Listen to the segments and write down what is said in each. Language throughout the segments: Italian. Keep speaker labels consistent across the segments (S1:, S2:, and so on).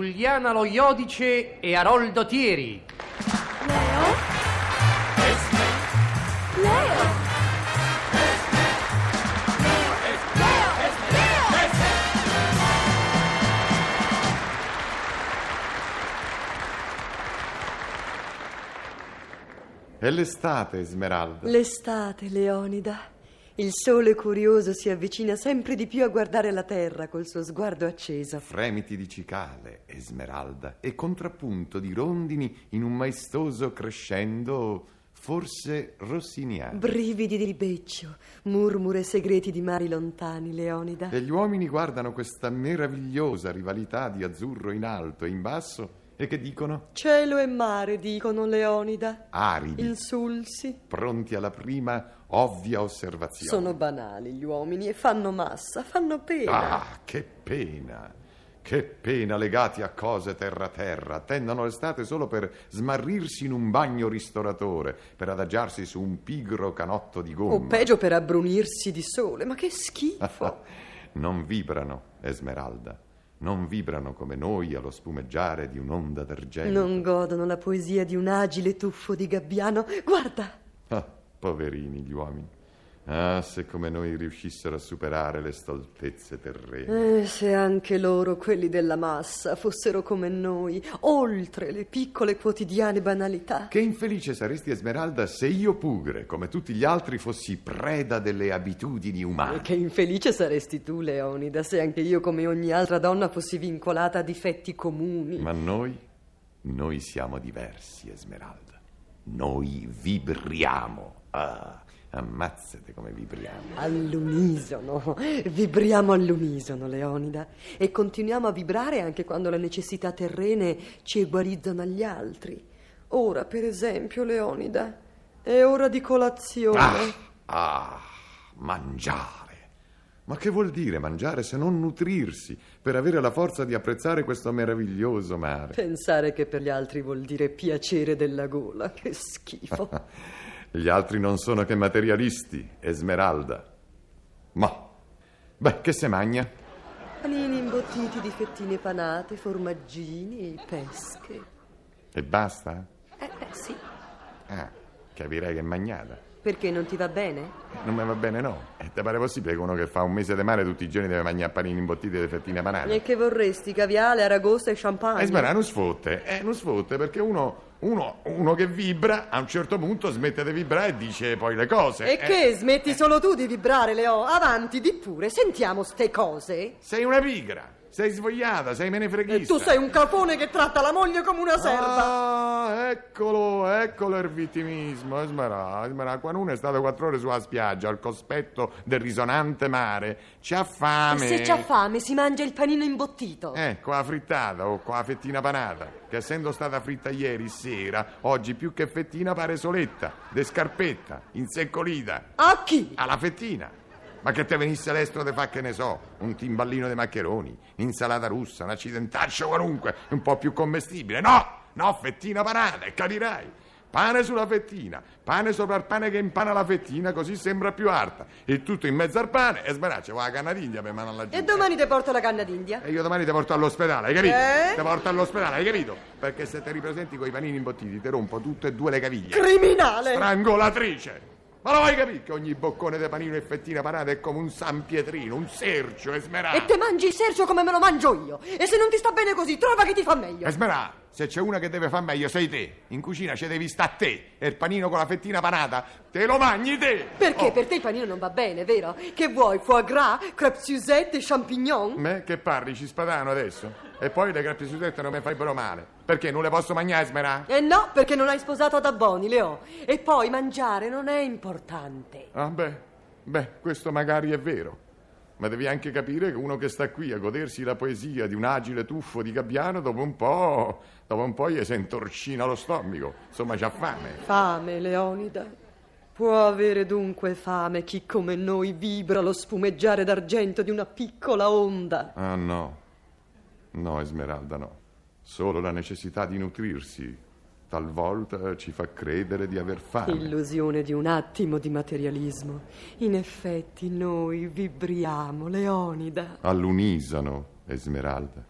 S1: Giuliana Lo Iodice e Aroldo Thieri.
S2: Leo? Leo?
S3: È l'estate, Esmeralda.
S4: L'estate, Leonida. Il sole curioso si avvicina sempre di più a guardare la terra col suo sguardo acceso.
S3: Fremiti di cicale, Esmeralda, e contrappunto di rondini in un maestoso crescendo, forse rossiniano.
S4: Brividi di beccio, murmure segreti di mari lontani, Leonida.
S3: e gli uomini guardano questa meravigliosa rivalità di azzurro in alto e in basso e che dicono
S4: Cielo e mare, dicono Leonida.
S3: aridi,
S4: Insulsi.
S3: pronti alla prima ovvia osservazione.
S4: Sono banali gli uomini e fanno massa, fanno pena.
S3: Ah, che pena! Che pena legati a cose terra-terra, attendono l'estate solo per smarrirsi in un bagno ristoratore, per adagiarsi su un pigro canotto di gomma.
S4: o peggio per abbrunirsi di sole, ma che schifo.
S3: Non vibrano, Esmeralda, non vibrano come noi allo spumeggiare di un'onda d'argento.
S4: Non godono la poesia di un agile tuffo di gabbiano. Guarda!
S3: Ah, poverini gli uomini. Ah, se come noi riuscissero a superare le stoltezze terrene.
S4: Eh, se anche loro, quelli della massa, fossero come noi, oltre le piccole quotidiane banalità.
S3: Che infelice saresti, Esmeralda, se io pure, come tutti gli altri, fossi preda delle abitudini
S4: E
S3: umane.
S4: che infelice saresti tu, Leonida, se anche io, come ogni altra donna, fossi vincolata a difetti comuni.
S3: Ma noi, noi siamo diversi, Esmeralda. Noi vibriamo. Ah, ammazzate come vibriamo.
S4: All'unisono, vibriamo all'unisono, Leonida, e continuiamo a vibrare anche quando le necessità terrene ci egualizzano agli altri. Ora, per esempio, Leonida, è ora di colazione.
S3: Ah, ah, mangiare. Ma che vuol dire mangiare se non nutrirsi per avere la forza di apprezzare questo meraviglioso mare?
S4: Pensare che per gli altri vuol dire piacere della gola, che schifo.
S3: Gli altri non sono che materialisti, Esmeralda. Ma, beh, che se magna?
S4: Panini imbottiti di fettine panate, formaggini e pesche.
S3: E basta?
S4: Eh, eh, sì.
S3: Ah, capirei che è magnata.
S4: Perché non ti va bene?
S3: Non mi va bene, no. E te pare possibile che uno che fa un mese di mare tutti i giorni deve mangiare panini imbottiti e fettine
S4: E
S3: panate?
S4: che vorresti, caviale, aragosta e champagne?
S3: Esmeralda, Eh, non sfotte, eh, non sfotte, perché uno, uno, uno che vibra a un certo punto smette di vibrare e dice poi le cose.
S4: E
S3: eh.
S4: che smetti solo tu di vibrare, Leo? Avanti, di pure, sentiamo ste cose.
S3: Sei una pigra, sei svogliata, sei menefreghista.
S4: E Eh, tu sei un capone che tratta la moglie come una serva.
S3: Ah, eccolo, eccolo il vittimismo, Eh, Esmerà, Esmerà, quando uno è stato quattro ore sulla spiaggia al cospetto del risonante mare, c'ha
S4: E
S3: fame.
S4: se c'ha fame si mangia il panino imbottito.
S3: Ah, Eh, con la frittata o con la fettina panata, che essendo stata fritta ieri sera, oggi più che fettina pare soletta, de scarpetta, inseccolita,
S4: A chi?
S3: alla fettina. Ma che te venisse l'estro te fa che ne so, un timballino di maccheroni, insalata russa, un accidentaccio qualunque, un po' più commestibile. No, no, fettina panata, e capirai. Pane sulla fettina, pane sopra il pane che impana la fettina, così sembra più alta. Il tutto in mezzo al pane e sbaraccia con la canna d'India per mano alla gente.
S4: E domani ti porto la canna d'India.
S3: E io domani ti porto all'ospedale, hai capito?
S4: Eh?
S3: Ti porto all'ospedale, hai capito? Perché se ti ripresenti con i panini imbottiti ti rompo tutte e due le caviglie.
S4: Criminale!
S3: Strangolatrice! Ma lo vuoi capire che ogni boccone di panino e fettina parata è come un San Pietrino, un Sergio, Esmerà?
S4: E te mangi il sercio come me lo mangio io. E se non ti sta bene così, trova chi ti fa meglio.
S3: Esmerà, se c'è una che deve far meglio sei te. In cucina ci devi sta te. E il panino con la fettina panata te lo mangi te.
S4: Perché
S3: Oh,
S4: per te il panino non va bene, vero? Che vuoi, foie gras, crêpe Suzette e champignon?
S3: Me che parli, ci spadano adesso? E poi le grappe sudette non mi fai però male. Perché non le posso mangiare, Esmerà?
S4: Eh no, perché non hai sposato ad Abboni, Leo. E poi mangiare non è importante.
S3: Ah, beh, beh, questo magari è vero. Ma devi anche capire che uno che sta qui a godersi la poesia di un agile tuffo di gabbiano, dopo un po', dopo un po' gli si intorcina lo stomaco. Insomma, c'ha fame.
S4: Fame, Leonida. Può avere dunque fame chi come noi vibra lo spumeggiare d'argento di una piccola onda.
S3: Ah, no. No, Esmeralda, no. Solo la necessità di nutrirsi talvolta ci fa credere di aver fame.
S4: Illusione di un attimo di materialismo. In effetti noi vibriamo, Leonida.
S3: All'unisono, Esmeralda.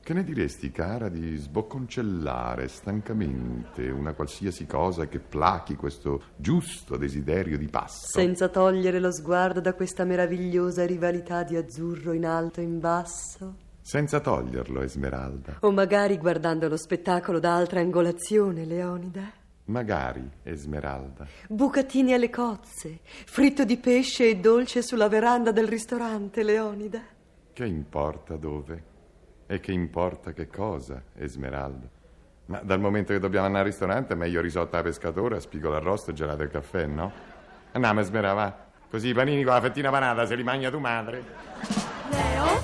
S3: Che ne diresti, cara, di sbocconcellare stancamente una qualsiasi cosa che plachi questo giusto desiderio di passo?
S4: Senza togliere lo sguardo da questa meravigliosa rivalità di azzurro in alto e in basso?
S3: Senza toglierlo, Esmeralda.
S4: O magari guardando lo spettacolo da altra angolazione, Leonida?
S3: Magari, Esmeralda.
S4: Bucatini alle cozze, fritto di pesce e dolce sulla veranda del ristorante, Leonida?
S3: Che importa dove? E che importa che cosa, Esmeralda? Ma dal momento che dobbiamo andare al ristorante, meglio risotta alla pescatora, spigolo arrosto e gelato al caffè, no? Andiamo, Esmeralda, va. Così i panini con la fettina panata se li mangia tu madre.
S2: Leo?